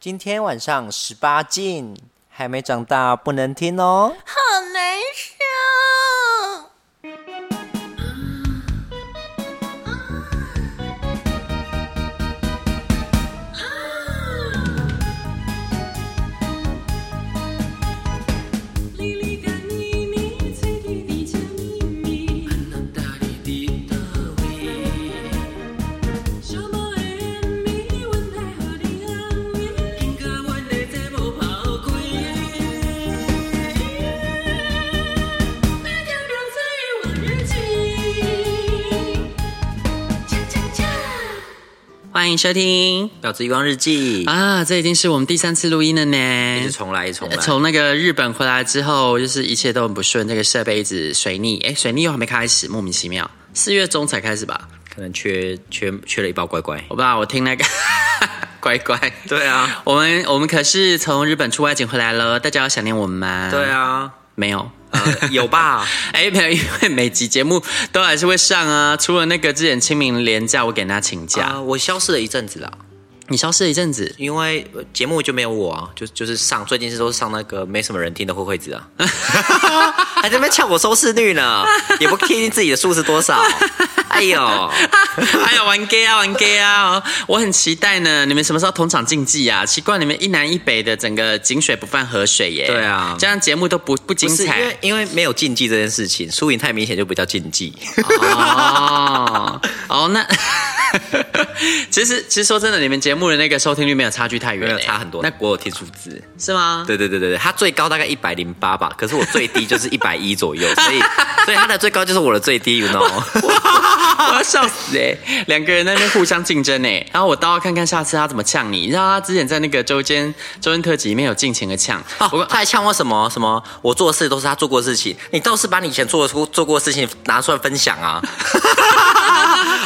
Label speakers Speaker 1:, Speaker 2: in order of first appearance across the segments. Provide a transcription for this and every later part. Speaker 1: 今天晚上十八禁，还没长大不能听哦。
Speaker 2: 好难受。
Speaker 3: 哩哩个咪咪，嘴里滴着咪咪。小猫的烟咪，阮来互你安慰，今甲阮的节目抛开。那条龙水往远去，恰恰恰。欢迎收听
Speaker 1: 《婊子遗忘日记》
Speaker 3: 啊！这已经是我们第三次录音了呢，
Speaker 1: 也是重来呃重来。
Speaker 3: 从那个日本回来之后，就是一切都很不顺，这个设备一直水逆，哎，水逆又还没开始，莫名其妙，四月中才开始吧？
Speaker 1: 可能缺缺缺了一包乖乖。
Speaker 3: 我爸，我听那个 乖乖，
Speaker 1: 对啊，
Speaker 3: 我们我们可是从日本出外景回来了，大家有想念我们吗？
Speaker 1: 对，啊，
Speaker 3: 没有。
Speaker 1: 呃，有 吧？
Speaker 3: 哎，没有，因为每集节目都还是会上啊。除了那个之前清明连假，我给大家请假，
Speaker 1: 啊，我消失了一阵子啦，
Speaker 3: 你消失了一阵子，
Speaker 1: 因为呃节目就没有我啊，就就是上最近是都是上那个没什么人听的慧慧子 啊，还在那边抢我收视率 呢，也不听听自己的数是多少。哎呦，
Speaker 3: 哎呀，玩 gay 啊，玩 gay 啊！哦我很期待呢，你们什么时候同场竞技啊？奇怪，你们一南一北的整个井水不犯河水耶。
Speaker 1: 对啊
Speaker 3: 这样节目都不不精
Speaker 1: 不是因
Speaker 3: 彩
Speaker 1: 为因为没有竞技这件事情，输赢太明显就不叫竞技。
Speaker 3: 哦。哦，那 其实其实说真的，你们节目的那个收听率没有差距太远
Speaker 1: 没
Speaker 3: 耶，
Speaker 1: 有差很多。那我有听数字，
Speaker 3: 是 吗？
Speaker 1: 对对对对对，它最高大概一百零八吧，可是我最低就是一百一左 右，所以所以它的最高就是我的最低，you know？
Speaker 3: 我要笑死哎、两个人在那边互相竞争哎、然后我倒要看看下次他怎么呛你。你知道他之前在那个周间周间特辑里面有尽情的呛，不
Speaker 1: 哦
Speaker 3: 过，
Speaker 1: 他还呛我什么什么？我做的事都是他做过的事情，你倒是把你以前做的做过的事情拿出来分享 啊！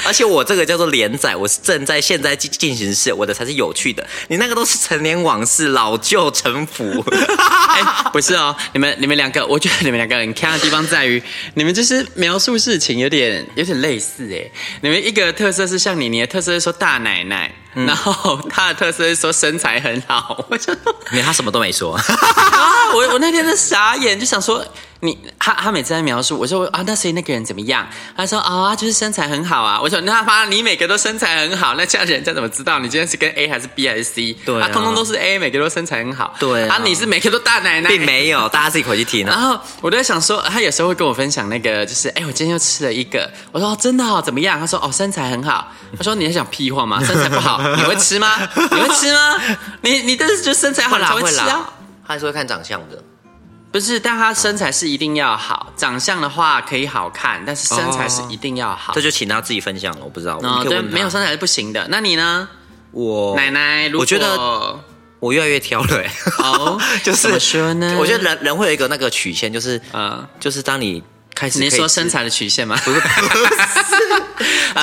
Speaker 1: 而且我这个叫做连载，我是正在现在进进行式，我的才是有趣的，你那个都是陈年往事，老旧城 府。
Speaker 3: 哎、不是哦，你们你们两个，我觉得你们两个很看的地方在于，你们就是描述事情有点有点类似哎。你们一个特色是像你，你的特色是说大奶奶，
Speaker 1: 嗯
Speaker 3: 然后他的特色是说身材很好。 我就
Speaker 1: 没有，他什么都没说。
Speaker 3: 啊，我我那天在傻眼，就想说。你他他每次在描述，我说啊，那所以那个人怎么样？他说啊、他就是身材很好啊。我说那妈你每个都身材很好，那这样人家怎么知道你今天是跟 A 还是 B 还是 C？
Speaker 1: 对啊
Speaker 3: 通通都是 A，每个都身材很好。
Speaker 1: 对啊
Speaker 3: 啊，你是每个都大奶 奶，
Speaker 1: 并没有，大家自己回去听
Speaker 3: 然
Speaker 1: 啊。
Speaker 3: 后我都在想说，他有时候会跟我分享那个，就是哎、我今天又吃了一个，我说、哦真的哦，怎么样？他说哦，身材很好。他说你在讲屁 话吗？身材不好，你会吃吗？你会吃吗？你你但是就身材好
Speaker 1: 会
Speaker 3: 你
Speaker 1: 啦
Speaker 3: 才会
Speaker 1: 会
Speaker 3: 吃啊
Speaker 1: 啦。，他还是会看长相的。
Speaker 3: 不是，但他身材是一定要好，长相的话可以好看，但是身材是一定要好。
Speaker 1: 哦这就请他自己分享了，我不知道。
Speaker 3: 哦，
Speaker 1: 你可以
Speaker 3: 对，
Speaker 1: 问他
Speaker 3: 没有身材是不行的。那你呢，
Speaker 1: 我
Speaker 3: 奶奶？如果
Speaker 1: 我觉得我越来越挑了、欸，
Speaker 3: 哦
Speaker 1: 就
Speaker 3: 怎么
Speaker 1: 是
Speaker 3: 说呢？
Speaker 1: 我觉得人人会有一个那个曲线，就是
Speaker 3: 嗯
Speaker 1: 就是当你开始
Speaker 3: 你是说
Speaker 1: 可以吃
Speaker 3: 身材的曲线吗？不 是，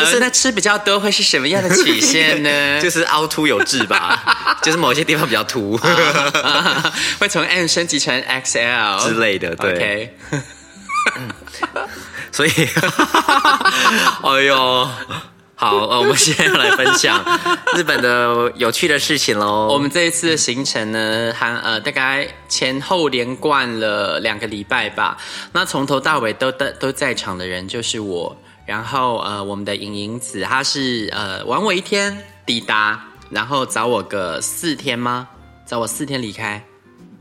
Speaker 3: 就是那吃比较多会是什么样的曲线 呢？
Speaker 1: 就是凹凸有致 吧，就是某些地方比较凸
Speaker 3: 啊 会从 M 升级成 XL
Speaker 1: 之类的，对
Speaker 3: OK，
Speaker 1: 所以， 哎呦。好，呃，我们现在要来分享日本的有趣的事情喽。
Speaker 3: 我们这一次的行程呢，含呃大概前后连贯了两个礼拜吧。那从头到尾都都都在场的人就是我，然后呃我们的莹莹子，她是呃晚我一天抵达，然后找我个四天吗？找我四天离开，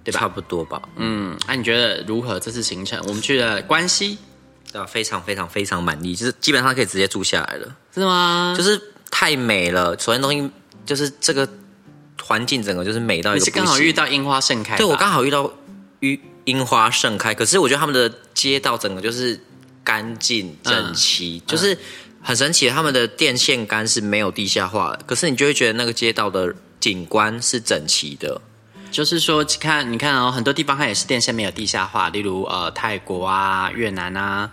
Speaker 3: 对吧
Speaker 1: 差？不多吧，
Speaker 3: 嗯，那、你觉得如何这次行程？我们去了关西，
Speaker 1: 对啊，非常非常非常满意，就是基本上可以直接住下来了。
Speaker 3: 是吗？
Speaker 1: 就是太美了。首先东西就是这个环境整个就是美到一
Speaker 3: 你
Speaker 1: 个
Speaker 3: 是
Speaker 1: 不
Speaker 3: 刚好
Speaker 1: 行。
Speaker 3: 遇到樱花盛开吧，
Speaker 1: 对我刚好遇到樱樱花盛开，可是我觉得他们的街道整个就是干净整齐，
Speaker 3: 嗯
Speaker 1: 就是很神奇。他们的电线杆是没有地下化的，可是你就会觉得那个街道的景观是整齐的。
Speaker 3: 就是说，看你看哦，很多地方它也是电线没有地下化，例如呃泰国啊、越南啊。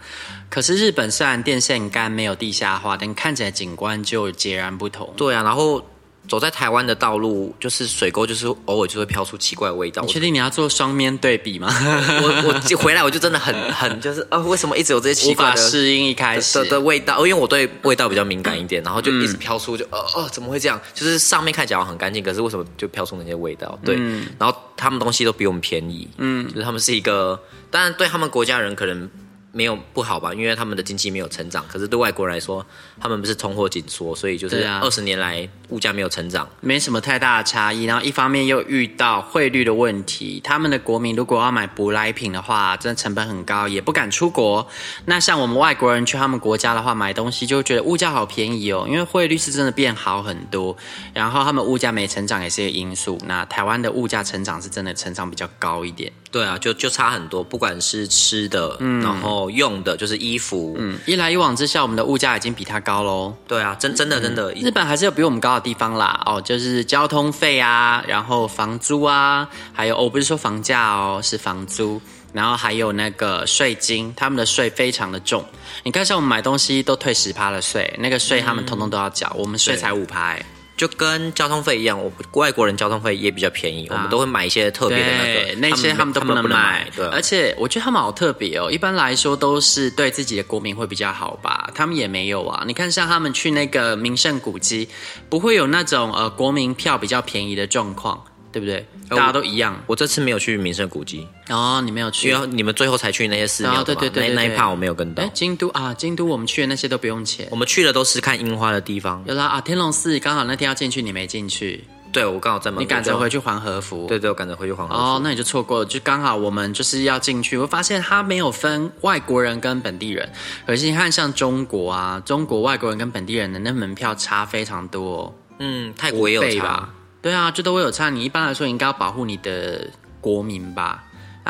Speaker 3: 可是日本虽然电线杆没有地下化，但看起来景观就截然不同。
Speaker 1: 对啊，然后走在台湾的道路，就是水沟，就是偶尔就会飘出奇怪的味道。
Speaker 3: 你
Speaker 1: 我
Speaker 3: 确定你要做双面对比吗？
Speaker 1: 我我回来我就真的很很就是呃，为什么一直有这些奇
Speaker 3: 无
Speaker 1: 怪
Speaker 3: 法
Speaker 1: 的
Speaker 3: 适应一开始
Speaker 1: 的的味道，哦因为我对味道比较敏感一点，然后就一直飘出，就哦哦，怎么会这样？就是上面看起来好像很干净，可是为什么就飘出那些味道？对，然后他们东西都比我们便宜，嗯，就是他们是一个，当然对他们国家人可能没有不好吧，因为他们的经济没有成长，可是对外国人来说，他们不是通货紧缩，所以就是
Speaker 3: 对啊
Speaker 1: 二十年来物价没有成长，
Speaker 3: 没什么太大的差异。然后一方面又遇到汇率的问题，他们的国民如果要买舶来品的话，真的成本很高，也不敢出国。那像我们外国人去他们国家的话，买东西就会觉得物价好便宜哦，因为汇率是真的变好很多。然后他们物价没成长也是一个因素。那台湾的物价成长是真的成长比较高一点。
Speaker 1: 对啊，就就差很多，不管是吃的，然后用的，就是衣服，嗯，
Speaker 3: 嗯，一来一往之下，我们的物价已经比它高喽。
Speaker 1: 对啊，真真的真的，
Speaker 3: 日本还是有比我们高的地方啦，哦，就是交通费啊，然后房租啊，还有、哦、我不是说房价哦，是房租，然后还有那个税金，他们的税非常的重。你看，像我们买东西都退十趴的税，那个税他们通通都要缴，我们税才五趴、欸。
Speaker 1: 就跟交通费一样，我外国人交通费也比较便宜，我们都会买一些特别的那
Speaker 3: 啊对
Speaker 1: 个，，
Speaker 3: 那些他们都不能买。
Speaker 1: 对啊，
Speaker 3: 而且我觉得他们好特别哦。一般来说都是对自己的国民会比较好吧，他们也没有啊。你看，像他们去那个名胜古迹，不会有那种呃国民票比较便宜的状况，对不对？
Speaker 1: 呃
Speaker 3: 大家都一样。
Speaker 1: 我这次没有去名胜古迹，
Speaker 3: 哦，你没有去
Speaker 1: 因。为你们最后才去那些寺庙的嘛、
Speaker 3: 哦对对对对
Speaker 1: 那那一
Speaker 3: 对
Speaker 1: 趴我没有跟到
Speaker 3: 哎，。京都啊，京都我们去的那些都不用钱
Speaker 1: 我。们去的都是看樱花的地方，
Speaker 3: 有啦啊，天龙寺刚好那天要进去，你没进去，
Speaker 1: 对我刚好在门口，
Speaker 3: 你赶着
Speaker 1: 我就
Speaker 3: 回，去还和服。
Speaker 1: 对对，我赶着回去黄河。
Speaker 3: 哦，那你就错过了，就刚好我们就是要进去，我发现它没有分外国人跟本地人，可是你看像中国啊，中国外国人跟本地人的那门票差非常多、哦，
Speaker 1: 嗯，泰国也有
Speaker 3: 倍
Speaker 1: 差
Speaker 3: 吧，？对啊，这都会有差。你一般来说你应该要保护你的国民吧？啊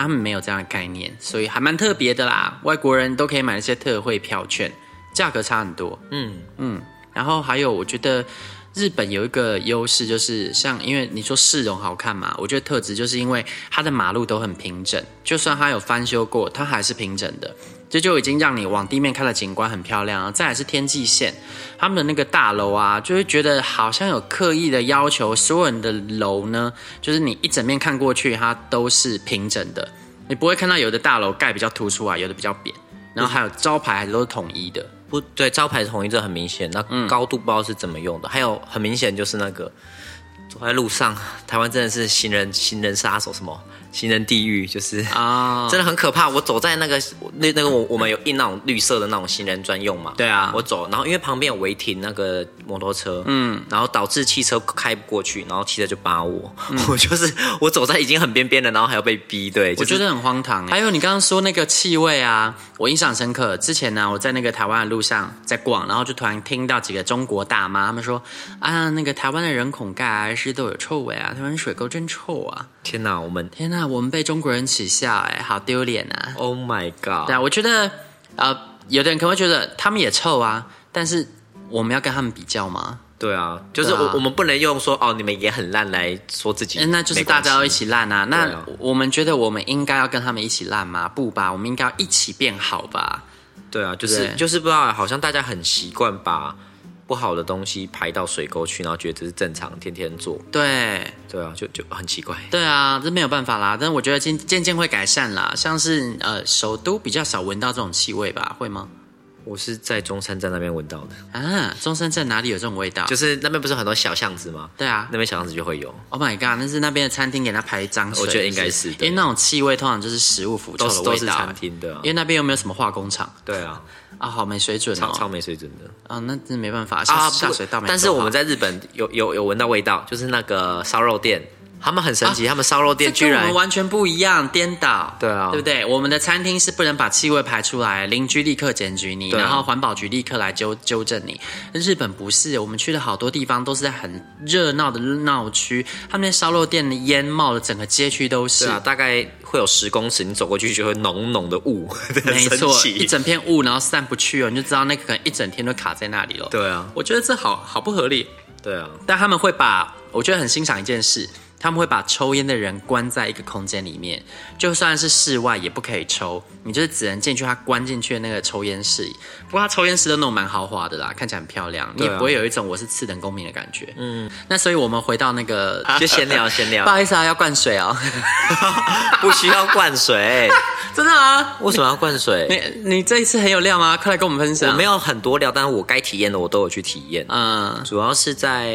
Speaker 3: 他们没有这样的概念，所以还蛮特别的啦。外国人都可以买一些特惠票券，价格差很多。
Speaker 1: 嗯，
Speaker 3: 然后还有，我觉得日本有一个优势，就是像因为你说市容好看嘛，我觉得特质就是因为它的马路都很平整，就算它有翻修过，它还是平整的。这就已经让你往地面看的景观很漂亮啊！再来是天际线，他们的那个大楼啊，就会觉得好像有刻意的要求，所有人的楼呢，就是你一整面看过去，它都是平整的，你不会看到有的大楼盖比较凸出来，有的比较扁，然后还有招牌还都是统一的。
Speaker 1: 不对，招牌统一这很明显，那
Speaker 3: 嗯
Speaker 1: 高度不知道是怎么用的，还有很明显就是那个走在路上，台湾真的是行人行人杀手，什么行人地狱，就是
Speaker 3: 啊
Speaker 1: 真的很可怕。我走在那个那那个我我们有印那种绿色的那种行人专用嘛，
Speaker 3: 对啊
Speaker 1: 我走，然后因为旁边有违停那个摩托车，嗯，然后导致汽车开不过去，然后汽车就扒我，
Speaker 3: 嗯
Speaker 1: 我就是我走在已经很边边了，然后还要被逼，对，
Speaker 3: 我
Speaker 1: 就是
Speaker 3: 觉得很荒唐欸。还有你刚刚说那个气味啊，我印象深刻。之前呢，我在那个台湾的路上在逛，然后就突然听到几个中国大妈，他们说啊，那个台湾的人孔盖啊，是都有臭味啊，台湾水沟真臭啊！
Speaker 1: 天哪，我们
Speaker 3: 天呐，我们被中国人耻笑、欸，哎，好丢脸啊！
Speaker 1: Oh my God，
Speaker 3: 对啊，我觉得呃，有的人可能会觉得他们也臭啊，但是我们要跟他们比较吗？
Speaker 1: 对啊，嗯就是
Speaker 3: 对啊
Speaker 1: 我我们不能用说哦，你们也很烂来说自己
Speaker 3: 欸，那就是
Speaker 1: 没关
Speaker 3: 大
Speaker 1: 系
Speaker 3: 家要一起烂啊！那
Speaker 1: 对啊
Speaker 3: 我们觉得我们应该要跟他们一起烂吗？不吧，我们应该要一起变好吧？
Speaker 1: 对啊，就是
Speaker 3: 对
Speaker 1: 就是不知道，好像大家很习惯把不好的东西排到水沟去，然后觉得这是正常，天天做，
Speaker 3: 对，
Speaker 1: 对啊，就就很奇怪。
Speaker 3: 对啊，这没有办法啦，但我觉得渐渐渐会改善啦。像是呃，首都比较少闻到这种气味吧，会吗？
Speaker 1: 我是在中山站那边闻到的，
Speaker 3: 啊，中山站哪里有这种味道？
Speaker 1: 就是那边不是很多小巷子吗？
Speaker 3: 对啊
Speaker 1: 那边小巷子就会有，
Speaker 3: ，Oh my god，那是那边的餐厅给他排脏水，
Speaker 1: 我觉得应该是
Speaker 3: 因为那种气味通常就是食物腐
Speaker 1: 都
Speaker 3: 臭的
Speaker 1: 是
Speaker 3: 味道，
Speaker 1: 都
Speaker 3: 欸
Speaker 1: 是餐厅的、啊
Speaker 3: 因，为那边又没有什么化工厂
Speaker 1: 对啊，
Speaker 3: 啊，好没水准
Speaker 1: 超超
Speaker 3: 哦，
Speaker 1: 没水准的
Speaker 3: 啊，那真没办法，下
Speaker 1: 啊不
Speaker 3: 下水道没做好。
Speaker 1: 但是我们在日本有有有闻到味道，就是那个烧肉店，他们很神奇，他们烧肉
Speaker 3: 这
Speaker 1: 店居
Speaker 3: 跟我
Speaker 1: 然
Speaker 3: 们完全不一样，颠倒。
Speaker 1: 对啊
Speaker 3: 对不对？我们的餐厅是不能把气味排出来，邻居立刻检举你，
Speaker 1: 对啊
Speaker 3: 然后环保局立刻来纠纠正你。日本不是，我们去了好多地方都是在很热闹的闹区，他们那烧肉店的烟冒的整个街区都是。
Speaker 1: 对啊，大概会有十公尺，你走过去就会浓浓的雾，
Speaker 3: 没
Speaker 1: 很神
Speaker 3: 错，
Speaker 1: 奇
Speaker 3: 一整片雾，然后散不去哦，你就知道那个可能一整天都卡在那里了。
Speaker 1: 对啊，
Speaker 3: 我觉得这好好不合理。
Speaker 1: 对啊，
Speaker 3: 但他们会把，我觉得很欣赏一件事，他们会把抽烟的人关在一个空间里面，就算是室外也不可以抽，你就是只能进去他关进去的那个抽烟室。不过他抽烟室都弄蛮豪华的啦，看起来很漂亮，你也
Speaker 1: 对啊
Speaker 3: 不会有一种我是次等公民的感
Speaker 1: 啊
Speaker 3: 觉。嗯，那所以我们回到 那个，
Speaker 1: 就闲聊闲聊
Speaker 3: 不，好意思啊， 要灌水哦。
Speaker 1: 不需要灌 水，
Speaker 3: 真的啊？
Speaker 1: 为什么要灌 水？
Speaker 3: 你你这一次很有料吗？快来跟我们分享。
Speaker 1: 我没
Speaker 3: 有，
Speaker 1: 有很多料，但是我该体验的我都有去体验。
Speaker 3: 嗯，
Speaker 1: 主要是在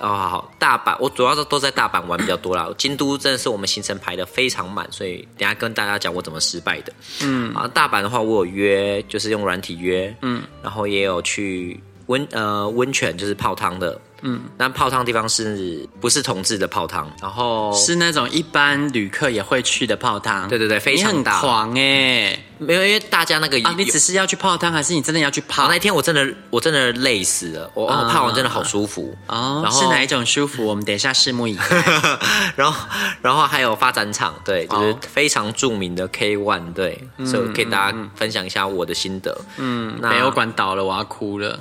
Speaker 1: 哦，好好大阪，我主要是都在大阪玩比较多啦。京都真的是我们行程排的非常满，所以等一下跟大家讲我怎么失败的。嗯，啊，大阪的话，我有约，就是用软体约，嗯，然后也有去温呃温泉，就是泡汤的，嗯，但泡汤地方是不是同志的泡汤？然后
Speaker 3: 是那种一般旅客也会去的泡汤。
Speaker 1: 对对对非常
Speaker 3: 你很
Speaker 1: 大
Speaker 3: 狂哎、
Speaker 1: 没有，因为大家那个
Speaker 3: 啊！你
Speaker 1: 有
Speaker 3: 只是要去泡汤，还是你真的要去
Speaker 1: 我
Speaker 3: 泡？
Speaker 1: 那天我真的我真的累死了，我、
Speaker 3: 啊
Speaker 1: 哦、我泡完真的好舒服
Speaker 3: 哦，
Speaker 1: 然后
Speaker 3: 是哪一种舒服？我们等一下拭目以待。
Speaker 1: 然后， 然后还有发展场，对，就是
Speaker 3: 哦嗯
Speaker 1: 非常著名的 K One，对，所以我给大家分享一下我的心得。嗯，
Speaker 3: 北欧馆倒了，我要哭了。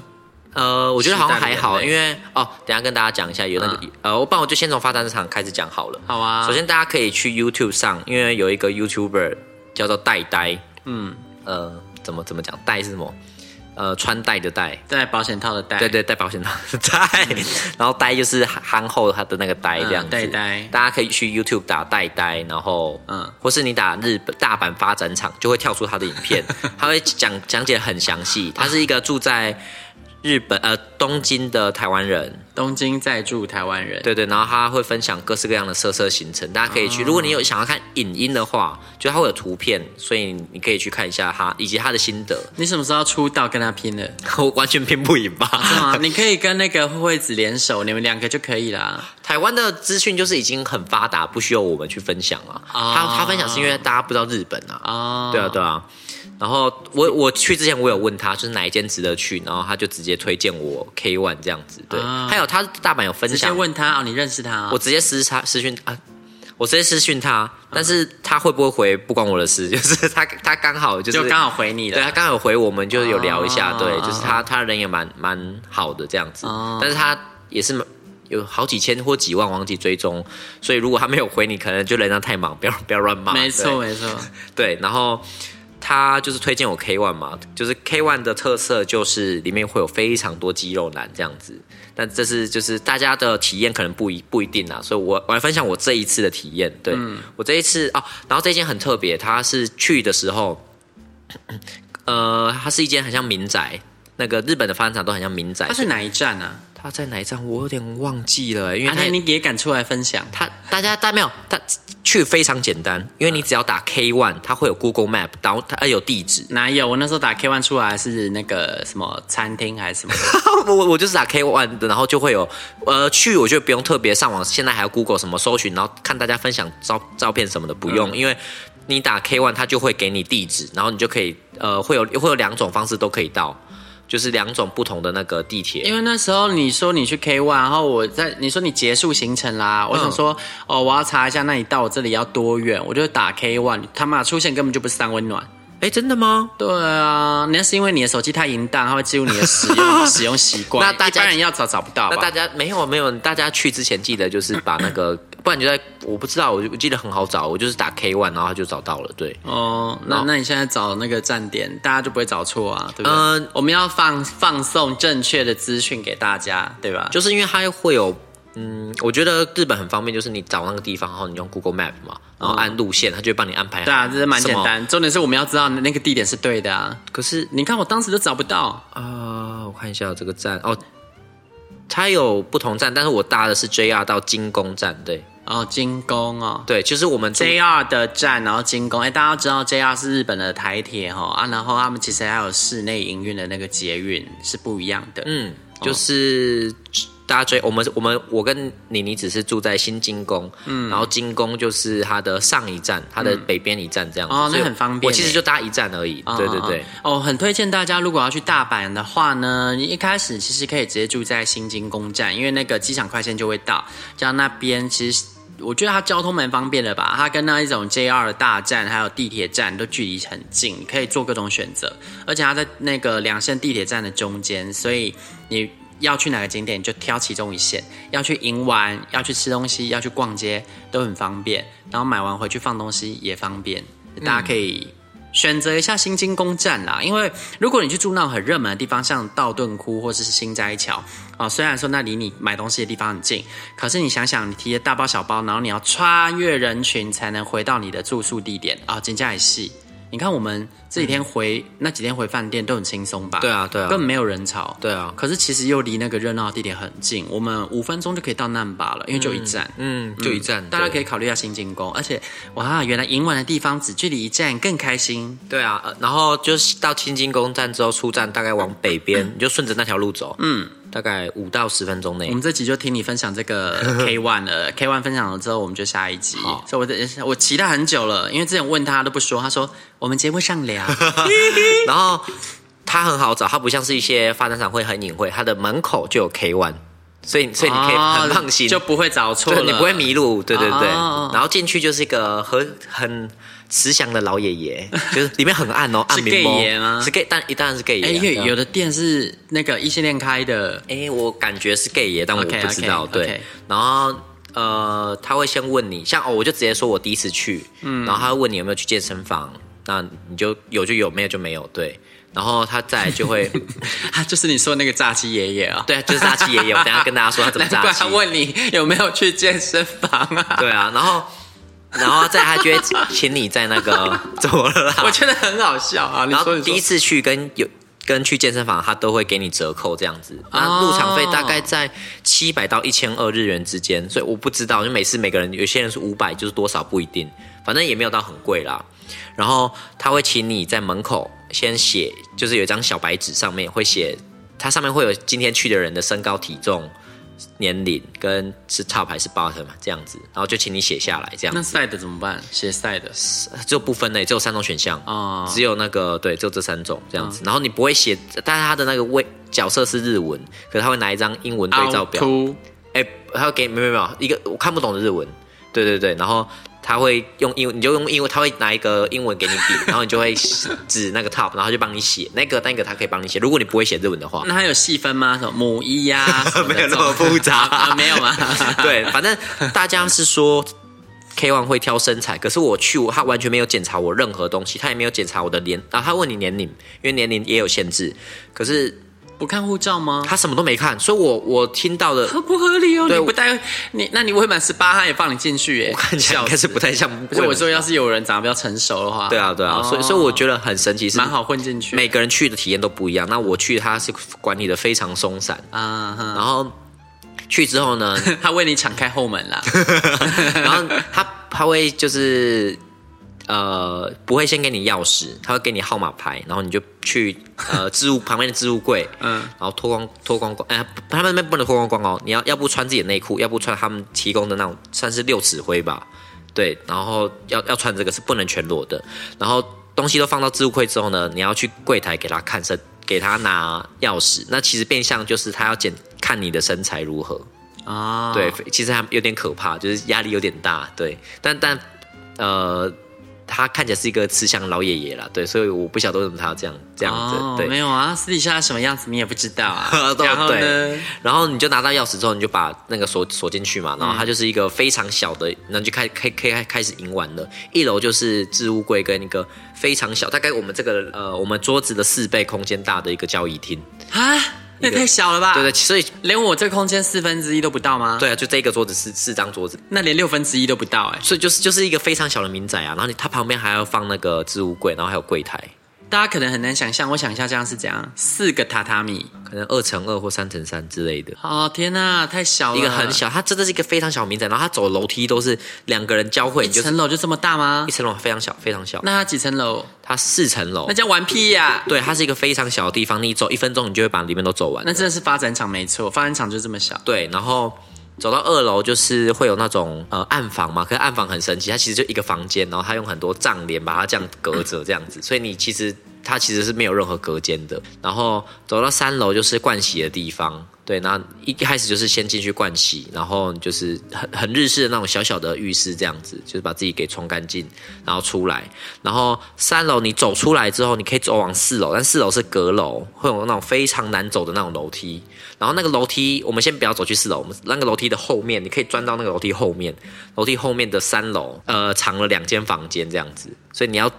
Speaker 1: 呃，我觉得好像还好，
Speaker 3: 时代的嗯
Speaker 1: 因为哦，等一下跟大家讲一下有那个、呃，我不然我就先从发展场开始讲好了。
Speaker 3: 好啊
Speaker 1: 首先大家可以去 YouTube 上，因为有一个 YouTuber 叫做戴呆，嗯，呃，怎么怎么讲，戴是什么？呃，穿戴的戴，
Speaker 3: 戴保险套的戴，
Speaker 1: 对，对，戴保险套 戴，然后呆就是憨厚他的那个呆这样子。
Speaker 3: 嗯呆呆
Speaker 1: 大家可以去 YouTube 打呆呆，然后
Speaker 3: 嗯
Speaker 1: 嗯，或是你打日本大阪发展厂，就会跳出他的影 片，他会讲讲解得很详细。他是一个住在日本呃东京的台湾人，
Speaker 3: 东京在住台湾人。，
Speaker 1: 对对，然后他会分享各式各样的色色行程，大家可以
Speaker 3: 哦
Speaker 1: 去。如果你有想要看影音的话，就他会有图片，所以你可以去看一下他以及他的心 得。
Speaker 3: 你什么时候要出道跟他拼 了？
Speaker 1: 我完全拼不赢吧？
Speaker 3: 是吗？你可以跟那个惠子联手，你们两个就可以啦。
Speaker 1: 台湾的资讯就是已经很发达，不需要我们去分享啊。
Speaker 3: 啊
Speaker 1: 他他分享是因为大家不知道日本啊。
Speaker 3: 哦，
Speaker 1: 对啊，对啊。然后我我去之前我有问他，就是哪一间值得去，然后他就直接推荐我 K One 这样子。对，
Speaker 3: 啊
Speaker 1: 还有他大阪有分
Speaker 3: 直接
Speaker 1: 享，
Speaker 3: 问他哦，你认识他哦？
Speaker 1: 我直接私他私讯啊。我直接私讯他，但是他会不会回不关我的事，就是他他刚好就是
Speaker 3: 就刚好回你
Speaker 1: 对他
Speaker 3: 了。
Speaker 1: 刚好有回我们，就是有聊一下，
Speaker 3: 哦
Speaker 1: 对
Speaker 3: 哦，
Speaker 1: 就是他他人也蛮蛮好的这样子，
Speaker 3: 哦
Speaker 1: 但是他也是蛮有好几千或几万忘记追踪，所以如果他没有回你，可能就人家太忙，不要不要乱骂。
Speaker 3: 没错，没 错。
Speaker 1: 对，对，然后。他就是推荐我 K One 嘛，就是 K One 的特色就是里面会有非常多肌肉男这样子，但这是就是大家的体验可能不一不一定啊，所以我我来分享我这一次的体验，对、我这一次哦，然后这间很特别，它是去的时候 呃，它是一间很像民宅，那个日本的发展厂都很像民宅。
Speaker 3: 他是哪一站啊？
Speaker 1: 它在哪一站？我有点忘记了、因为
Speaker 3: 啊，
Speaker 1: 它
Speaker 3: 那
Speaker 1: 也、
Speaker 3: 你也敢出来分享？
Speaker 1: 它大家大家没有，它去非常简单，因为
Speaker 3: 嗯
Speaker 1: 你只要打 K One，它会有 Google Map，然后它有地址。
Speaker 3: 哪有？我那时候打 K one 出来是那个什么餐厅还是什么？
Speaker 1: 我我就是打 K One 的，然后就会有呃去，我觉得不用特别上网，现在还要 Google 什么搜寻，然后看大家分享照照片什么的，不用，
Speaker 3: 嗯
Speaker 1: 因为你打 K One 它就会给你地址，然后你就可以呃会有会有两种方式都可以到，就是两种不同的那个地铁。
Speaker 3: 因为那时候你说你去 K one，然后我在你说你结束行程啦，我想说、
Speaker 1: 嗯
Speaker 3: 哦，我要查一下，那你到我这里要多远？我就打 K one，他妈出现根本就不是三温暖。
Speaker 1: 哎，真的吗？
Speaker 3: 对啊，那是因为你的手机太淫荡，它会记录你的使用使用习惯。
Speaker 1: 那大家
Speaker 3: 一般人要找找不到
Speaker 1: 那大
Speaker 3: 吧？
Speaker 1: 家没有没有，大家去之前记得就是把那个， 不然你就在我不知道，我就我记得很好找，我就是打 K one，然后他就找到了。对，
Speaker 3: 哦，那
Speaker 1: 哦
Speaker 3: 那你现在找那个站点，大家就不会找错啊，对不对？
Speaker 1: 嗯
Speaker 3: 我们要放放送正确的资讯给大家，对吧？
Speaker 1: 就是因为它会有，嗯，我觉得日本很方便，就是你找那个地方，然后你用 Google Map 嘛，然后按路线，它就会帮你安排。
Speaker 3: 对啊，这是蛮简
Speaker 1: 什么。
Speaker 3: 单。重点是我们要知道那个地点是对的啊。
Speaker 1: 可是
Speaker 3: 你看我当时都找不到，
Speaker 1: 啊、我看一下这个站哦，它有不同站，但是我搭的是 JR 到金宫站，对
Speaker 3: 哦，金宫哦
Speaker 1: 对，就是我们住
Speaker 3: ，JR 的站，然后金宫。哎，大家要知道 JR 是日本的台铁哈、哦、啊，然后他们其实还有室内营运的那个捷运是不一样的。
Speaker 1: 嗯，
Speaker 3: 哦
Speaker 1: 就是大家追我们，我们我跟妮妮只是住在新金宫，嗯，然后金宫就是它的上一站，它的北边一站这样子，
Speaker 3: 嗯哦那
Speaker 1: 所以
Speaker 3: 很方便
Speaker 1: 我其实就搭一站而已，
Speaker 3: 哦
Speaker 1: 对对对。
Speaker 3: 哦，哦很推荐大家，如果要去大阪的话呢，你一开始其实可以直接住在新津宫站，因为那个机场快线就会到，这样那边其实。我觉得它交通蛮方便的吧，它跟那一种 JR 的大站还有地铁站都距离很近，可以做各种选择，而且它在那个两线地铁站的中间，所以你要去哪个景点，你就挑其中一线。要去营玩，要去吃东西，要去逛街，都很方便。然后买完回去放东西也方便，大家可以选择一下新金宫站啦。因为如果你去住那种很热门的地方，像道顿窟或者是新斋桥啊，虽然说那离你买东西的地方很近，可是你想想，你提着大包小包，然后你要穿越人群才能回到你的住宿地点啊，真假也细。你看我们这几天回、那几天回饭店都很轻松吧？
Speaker 1: 对啊对啊
Speaker 3: 根本没有人潮。
Speaker 1: 对啊
Speaker 3: 可是其实又离那个热闹的地点很近，我们五分钟就可以到难吧了，因为就一站。
Speaker 1: 嗯，就一站，
Speaker 3: 大家可
Speaker 1: 以
Speaker 3: 以考虑一下新进宫，而且哇，原来迎晚的地方只距离一站更开心。
Speaker 1: 对啊。呃然后就是到清金宫站之后出站，大概往北
Speaker 3: 嗯
Speaker 1: 边，你就顺着那条路走，嗯，大概五到十分钟内
Speaker 3: 我。们这集就听你分享这 个 K One 了，K One 分享了之后，我们就下一集。
Speaker 1: 好
Speaker 3: 所以我在我期待很久了，因为之前问他都不说，他说我们节目上 聊。
Speaker 1: 然后它很好找，它不像是一些发展场会很隐晦，它的门口就有 K one，所以所以你可以很放心，
Speaker 3: 哦就不会找错
Speaker 1: 对
Speaker 3: 了，
Speaker 1: 你不会迷路，对对对。
Speaker 3: 哦
Speaker 1: 然后进去就是一个很很慈祥的老爷爷，就是里面很暗哦，
Speaker 3: 是
Speaker 1: 暗明
Speaker 3: gay 爷吗
Speaker 1: 蒙是 gay，但当然是 gay 爷、
Speaker 3: 哎，
Speaker 1: 啊。
Speaker 3: 因为
Speaker 1: 对啊
Speaker 3: 有的店是那个异性恋开的，
Speaker 1: 哎，我感觉是 gay 爷，但我
Speaker 3: OK，
Speaker 1: 不知道。
Speaker 3: OK，
Speaker 1: 对
Speaker 3: OK
Speaker 1: 然后呃，他会先问你，像哦，我就直接说我第一次去，嗯，然后他会问你有没有去健身房，那你就有就有，没有就没有，对。然后他再来就会，
Speaker 3: 啊，就是你说那个炸鸡爷爷啊。
Speaker 1: 对，就是炸鸡爷爷，我等一下跟大家说他怎么
Speaker 3: 难
Speaker 1: 炸
Speaker 3: 怪
Speaker 1: 鸡
Speaker 3: 他。啊问你有没有去健身房啊？
Speaker 1: 对啊，然后然后再来他就会请你在那个 怎么了啦？
Speaker 3: 我觉得很好笑啊！你
Speaker 1: 然
Speaker 3: 说
Speaker 1: 后
Speaker 3: 你
Speaker 1: 第一
Speaker 3: 说，
Speaker 1: 次去跟有跟去健身房，他都会给你折扣这样子。啊
Speaker 3: 哦
Speaker 1: 那入场费大概在七百到一千二日元之间，所以我不知道，就每次每个人有些人是五百，就是多少不一定，反正也没有到很贵啦。然后他会请你在门口先写，就是有一张小白纸，上面会写，它上面会有今天去的人的身高、体重、年龄跟是 top 还是 bottom 这样子，然后就请你写下来这样
Speaker 3: 那 side 怎么办？写 side
Speaker 1: 就不分类，只有三种选项
Speaker 3: 哦
Speaker 1: 只有那个对，只有这三种这样子。然后你不会写，但是他的那个位角色是日文，可是他会拿一张英文对照表，
Speaker 3: 凹凸
Speaker 1: 哎、他会给没有没有没有一个我看不懂的日文，对对对，然后他会用英文，你就用英文，他会拿一个英文给你比，然后你就会指那个 top，然后他就帮你写那个那个他可以帮你写，如果你不会写日文的 话，
Speaker 3: 那它有细分吗？什么母一 呀、什么的
Speaker 1: 没有那么复杂
Speaker 3: 啊没有吗？
Speaker 1: 对，反正大家是说 K one 会挑身材，可是我去我他完全没有检查我任何东西，他也没有检查我的年啊，他问你年龄，因为年龄也有限制，可是
Speaker 3: 不看护照吗？
Speaker 1: 他什么都没看，所以我我听到 的。
Speaker 3: 合不合理哦？
Speaker 1: 对
Speaker 3: 你不带你，那你未满十八，他也放你进去耶？我
Speaker 1: 看起来应该是不太像，
Speaker 3: 不是我说，要是有人长得比较成熟的话，
Speaker 1: 对啊，对啊，
Speaker 3: 哦
Speaker 1: 所以所以我觉得很神奇，是
Speaker 3: 蛮好混进去。
Speaker 1: 每个人去的体验都不一样。那我去他是管理的非常松散，
Speaker 3: 啊哈，
Speaker 1: 然后去之后呢，
Speaker 3: 他为你敞开后门 啦。
Speaker 1: 然后他他会就是呃不会先给你钥匙，他会给你号码牌，然后你就去呃置物旁边的置物柜，嗯，然后脱光脱光光，哎、他们那边不能脱光光哦，你要要不穿自己的内裤，要不穿他们提供的那种算是六尺灰吧，对，然后要要穿这个是不能全裸的，然后东西都放到置物柜之后呢，你要去柜台给他看身，给他拿钥匙，那其实变相就是他要检看你的身材如何。
Speaker 3: 啊，
Speaker 1: 对，其实还有点可怕，就是压力有点大，对，但但呃，他看起来是一个慈祥的老爷爷啦，对，所以我不晓得为什么他要这样这样子，
Speaker 3: 哦
Speaker 1: 对。
Speaker 3: 没。有啊，私底下什么样子你也不知道啊
Speaker 1: 对
Speaker 3: 然后呢
Speaker 1: 对？然后你就拿到钥匙之后，你就把那个锁锁进去嘛，
Speaker 3: 嗯
Speaker 1: 然后它就是一个非常小的，那就开开开开始赢完了。一楼就是置物柜跟一个非常小，大概我们这个呃我们桌子的四倍空间大的一个交易厅，
Speaker 3: 啊，那
Speaker 1: 一
Speaker 3: 也
Speaker 1: 个
Speaker 3: 太小了吧？
Speaker 1: 对对，，所以
Speaker 3: 连我这空间四分之一都不到吗？，
Speaker 1: 对啊，就这一个桌子四四张桌子，
Speaker 3: 那连六分之一都不到哎、
Speaker 1: 所以就是就是一个非常小的民宅啊，然后你它旁边还要放那个置物柜，然后还有柜台，
Speaker 3: 大家可能很难想象，我想一下这样是怎样，四个榻榻米。
Speaker 1: 可能二乘二或三乘三之类的，
Speaker 3: 哦天呐，太小了，
Speaker 1: 一个很，小，它真的是一个非常小的民宅，然后它走楼梯都是两个人交汇，
Speaker 3: 一
Speaker 1: 你就是
Speaker 3: 层楼就这么大吗
Speaker 1: 一？层楼非常小，非常小，
Speaker 3: 那它几层楼？
Speaker 1: 它四层楼
Speaker 3: 那，叫玩屁呀、
Speaker 1: 对，它是一个非常小的地方，你走一分钟你就会把里面都走完
Speaker 3: 那，真的是发展场没错，发展场就这么小。
Speaker 1: 对，然后。走到二楼就是会有那种呃暗房嘛，可是暗房很神奇，它其实就一个房间，然后它用很多帐帘把它这样隔着这样子，所以你其实它其实是没有任何隔间的。然后走到三楼就是盥洗的地方，对，那一开始就是先进去盥洗，然后就是很很日式的那种小小的浴室这样子，就是把自己给冲干净，然后出来。然后三楼你走出来之后，你可以走往四楼，但四楼是阁楼，会有那种非常难走的那种楼梯。然后那个楼梯，我们先不要走去四楼，我们那个楼梯的后面，你可以钻到那个楼梯后面，楼梯后面的三楼，呃，藏了两间房间这样子，所以你要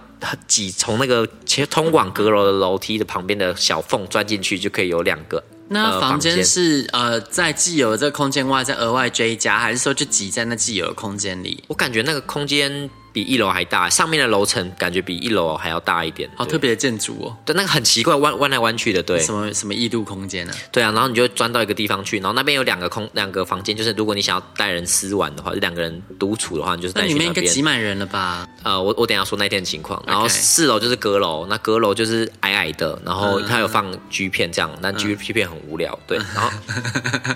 Speaker 1: 挤从那个其实通往阁楼的楼梯的旁边的小缝钻进去，就可以有两个。
Speaker 3: 那
Speaker 1: 呃
Speaker 3: 房
Speaker 1: 房
Speaker 3: 间是呃，在既有的这个空间外再额外追加，还是说就挤在那既有的空间里？
Speaker 1: 我感觉那个空间比一楼还大，上面的楼层感觉比一楼还要大一点。
Speaker 3: 好
Speaker 1: 对
Speaker 3: 特别的建筑哦，
Speaker 1: 对，那个很奇怪，弯弯来弯去的，对，
Speaker 3: 什么什么异度空间呢、啊？
Speaker 1: 对啊，然后你就钻到一个地方去，然后那边有两个空两个房间，就是如果你想要带人私玩的话，就两个人独处的话，你就是
Speaker 3: 那
Speaker 1: 带
Speaker 3: 里
Speaker 1: 去
Speaker 3: 面
Speaker 1: 那
Speaker 3: 应该
Speaker 1: 边
Speaker 3: 挤。满人了吧？
Speaker 1: 呃，我我等一下说那天的情况。然后
Speaker 3: OK
Speaker 1: 四楼就是阁楼，那阁楼就是矮矮的，然后它有放 G 片这样，但
Speaker 3: 嗯
Speaker 1: G G 片很无聊，对。然 后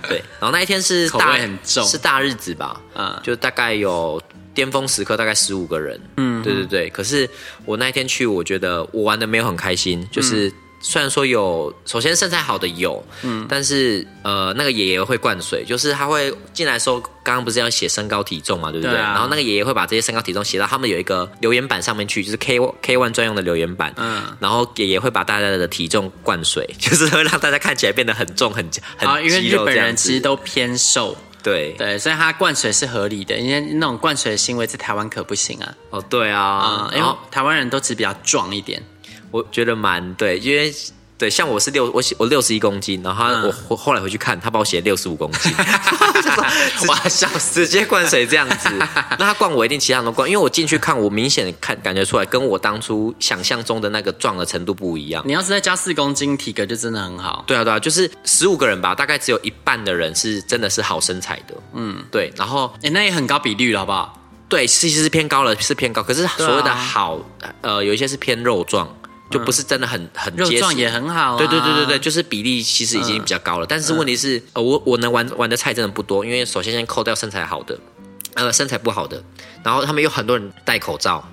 Speaker 1: 对，然后那一天是
Speaker 3: 口
Speaker 1: 大
Speaker 3: 味很重
Speaker 1: 是大日子吧？
Speaker 3: 嗯
Speaker 1: 就大概有巅峰时刻大概十五个人，嗯，对对对。可是我那一天去，我觉得我玩的没有很开心，就是。
Speaker 3: 嗯
Speaker 1: 虽然说有，首先身材好的有，嗯，但是呃，那个爷爷会灌水，就是他会进来的时候，刚刚不是要写身高体重嘛，对不对？
Speaker 3: 对啊
Speaker 1: 然后那个爷爷会把这些身高体重写到他们有一个留言板上面去，就是 K K one 专用的留言板，嗯，然后爷爷会把大家的体重灌水， 就是会让大家看起来变得很重很很
Speaker 3: 啊，因为
Speaker 1: 肌
Speaker 3: 日
Speaker 1: 肉
Speaker 3: 本
Speaker 1: 这样
Speaker 3: 人
Speaker 1: 子
Speaker 3: 其实都偏瘦，
Speaker 1: 对
Speaker 3: 对，所以他灌水是合理的，因为那种灌水的行为在台湾可不行啊。
Speaker 1: 哦对啊
Speaker 3: 啊、，因
Speaker 1: 然
Speaker 3: 为
Speaker 1: 后
Speaker 3: 台湾人都只比较壮一点，
Speaker 1: 我觉得蛮对，因为对，像我是六，我写我六十一公斤，然后他、我我后来回去看，他把我写六十五公 斤，
Speaker 3: 哇，笑死！
Speaker 1: 直接灌水这样子。 那他灌我一定其他人都灌，因为我进去看，我明显看感觉出来，跟我当初想象中的那个壮的程度不一样。
Speaker 3: 你要是再加四公斤，体格就真的很好。
Speaker 1: 对啊，对啊，就是十五个人吧，大概只有一半的人是真的是好身材的，嗯，对。然后
Speaker 3: 哎、那也很高比率了，好不好？
Speaker 1: 对，其实是偏高了，是偏高。可是所谓的好，呃，有一些是偏肉壮，就不是真的很、很
Speaker 3: 肉
Speaker 1: 结
Speaker 3: 壮
Speaker 1: 实
Speaker 3: 也很好、啊。嗯
Speaker 1: 对对对对对，，就是比例其实已经比较高了，但是问题是，呃，我我能玩玩的菜真的不多，因为首先先扣掉身材好的，呃，身材不好的，然后他们有很多人戴口 罩，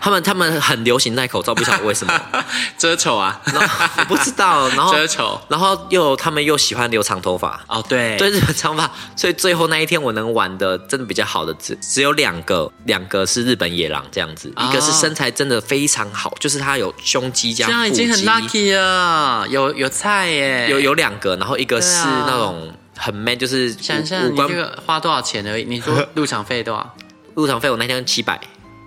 Speaker 1: 他们他们很流行戴口罩，不晓得为什么，
Speaker 3: 遮丑啊，
Speaker 1: 然后我不知道，然后
Speaker 3: 遮丑。
Speaker 1: 然后又他们又喜欢留长头发，
Speaker 3: 哦，对
Speaker 1: 对，日本长发，所以最后那一天我能玩的真的比较好的只只有两个，两个是日本野狼这样子，
Speaker 3: 啊
Speaker 1: 一个是身材真的非常好，就是他有胸肌加
Speaker 3: 这样已
Speaker 1: 腹
Speaker 3: 经很
Speaker 1: 肌
Speaker 3: lucky 了，有有菜耶，
Speaker 1: 有。有两个，然后一个是
Speaker 3: 哎对啊
Speaker 1: 那种很 man，就是
Speaker 3: 想
Speaker 1: 五
Speaker 3: 想
Speaker 1: 五
Speaker 3: 你
Speaker 1: 官
Speaker 3: 这个花多少钱而已，你说入场费多 少？
Speaker 1: 入场费，我那天七百，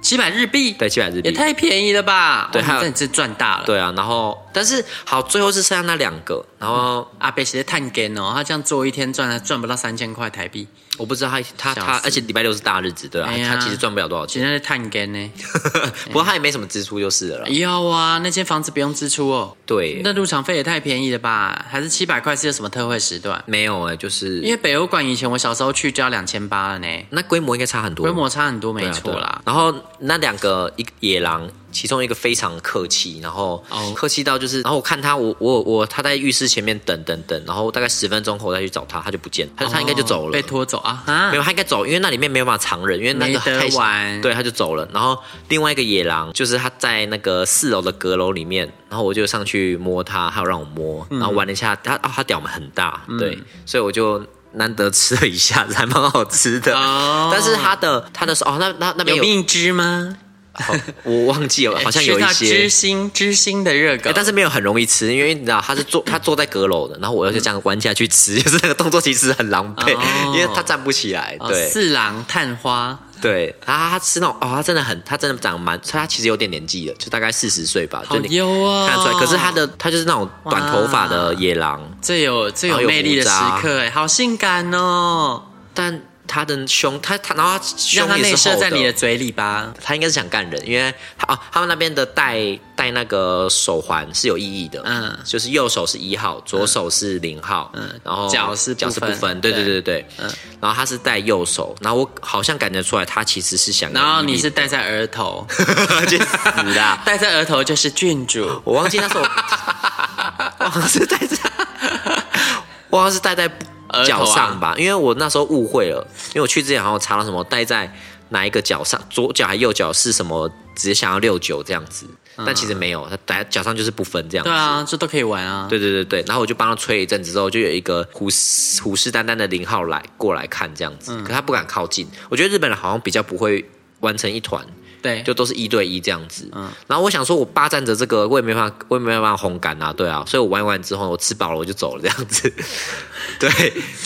Speaker 3: 七百日币，
Speaker 1: 对，七百日
Speaker 3: 也
Speaker 1: 币。
Speaker 3: 太便宜了吧？
Speaker 1: 对
Speaker 3: 哇
Speaker 1: 还有
Speaker 3: 你真的是赚大了。，
Speaker 1: 对啊，然后但是好，最后是剩下那两个，然后
Speaker 3: 阿北写的探根哦，他这样做一天赚了赚不到三千块台币，
Speaker 1: 我不知道他他
Speaker 3: 哎笑
Speaker 1: 他，
Speaker 3: 死
Speaker 1: 而且礼拜六是大日子，对啊，
Speaker 3: 哎呀
Speaker 1: 他其实赚不了多少
Speaker 3: 其
Speaker 1: 钱，
Speaker 3: 实是探根 呢。
Speaker 1: 不过他也没什么支出就是了啦。
Speaker 3: 要啊，那间房子不用支出哦。
Speaker 1: 对，
Speaker 3: 那入场费也太便宜了吧？还是七百块是有什么特惠时段？
Speaker 1: 没有哎、就是
Speaker 3: 因为北欧馆以前我小时候去就要两千八了呢，
Speaker 1: 那规模应该差很多，
Speaker 3: 规模差很多，
Speaker 1: 对
Speaker 3: 没
Speaker 1: 啊
Speaker 3: 错
Speaker 1: 对啊
Speaker 3: 啦。
Speaker 1: 然后那两个一个野狼，其中一个非常客气，然后
Speaker 3: 哦
Speaker 1: 客气到就是，然后我看他，我我我他在浴室前面等等等，然后大概十分钟后我再去找他，他就不见了，啊他他应该就走了，
Speaker 3: 哦被拖走啊啊
Speaker 1: 没！有，他应该走，因为那里面没有办法藏人，因为那个
Speaker 3: 没
Speaker 1: 太
Speaker 3: 得玩
Speaker 1: 对，他就走了。然后另外一个野狼，就是他在那个四楼的阁楼里面，然后我就上去摸他，他有让我摸，
Speaker 3: 嗯
Speaker 1: 然后玩了一下，他啊、他屌蛮很大，对，所以我就。难得吃了一下， 还蛮好吃的。
Speaker 3: 哦
Speaker 1: 但是他的他的手哦，那那那边有
Speaker 3: 有蜜汁吗？
Speaker 1: 好我忘记 了，好像有一
Speaker 3: 吃到
Speaker 1: 些
Speaker 3: 知，心知心的热狗，
Speaker 1: 哎但
Speaker 3: 是
Speaker 1: 是没有很容易吃，因为你知道他是坐他坐在阁楼的，然后我要就这样弯下去吃， 就是那个动作其实很狼狈，
Speaker 3: 哦
Speaker 1: 因为他站不起来。对，
Speaker 3: 四郎探花
Speaker 1: 对他，他吃那种哦，他真的很，他真的长得蛮，他其实有点年纪了，就大概四十岁吧，
Speaker 3: 好
Speaker 1: 就你
Speaker 3: 优哦，
Speaker 1: 看得出来。可是他的他就是那种短头发的野狼，
Speaker 3: 最有最有
Speaker 1: 好有
Speaker 3: 魅力的
Speaker 1: 胡
Speaker 3: 时
Speaker 1: 渣
Speaker 3: 刻哎，好性感哦，
Speaker 1: 但他的胸，他他然后他
Speaker 3: 让
Speaker 1: 胸
Speaker 3: 它
Speaker 1: 也
Speaker 3: 内
Speaker 1: 是
Speaker 3: 射
Speaker 1: 厚
Speaker 3: 在你的
Speaker 1: 的。
Speaker 3: 嘴里吧。
Speaker 1: 他应该是想干人，因为他哦，他们那边的戴戴那个手环是有意义的，
Speaker 3: 嗯
Speaker 1: 嗯，就是右手是一号，左手是零号，嗯，然后
Speaker 3: 脚是不
Speaker 1: 脚是不
Speaker 3: 分
Speaker 1: 分，对对对对对，嗯，然后他是戴右手，然后我好像感觉出来他其实是想有意义，
Speaker 3: 然后 你是啊戴在额头，
Speaker 1: 嗯去死啦，
Speaker 3: 戴在额头就是郡 主，
Speaker 1: 我 忘记那时候我，我好像是戴在，我好像是戴在
Speaker 3: 额头
Speaker 1: 脚
Speaker 3: 啊
Speaker 1: 上吧，因为我那时候误会了，因为我去之前好像查到什么戴在哪一个脚上，左脚还右脚是什么，只想要六九这样子，但其实没有，他戴脚上就是不分这样子。
Speaker 3: 嗯对啊，这都可以玩啊。
Speaker 1: 对对对对，然后我就帮他吹了一阵子之后，就有一个虎视虎视眈眈的零号来过来看这样子，
Speaker 3: 嗯
Speaker 1: 可他不敢靠近。我觉得日本人好像比较不会玩成一团，
Speaker 3: 对
Speaker 1: 就都是一对一这样子。
Speaker 3: 嗯
Speaker 1: 然后我想说，我霸占着这个，我也没办法，我也没办法烘干啊，对啊，所以我玩一玩之后，我吃饱了我就走了这样 子。对，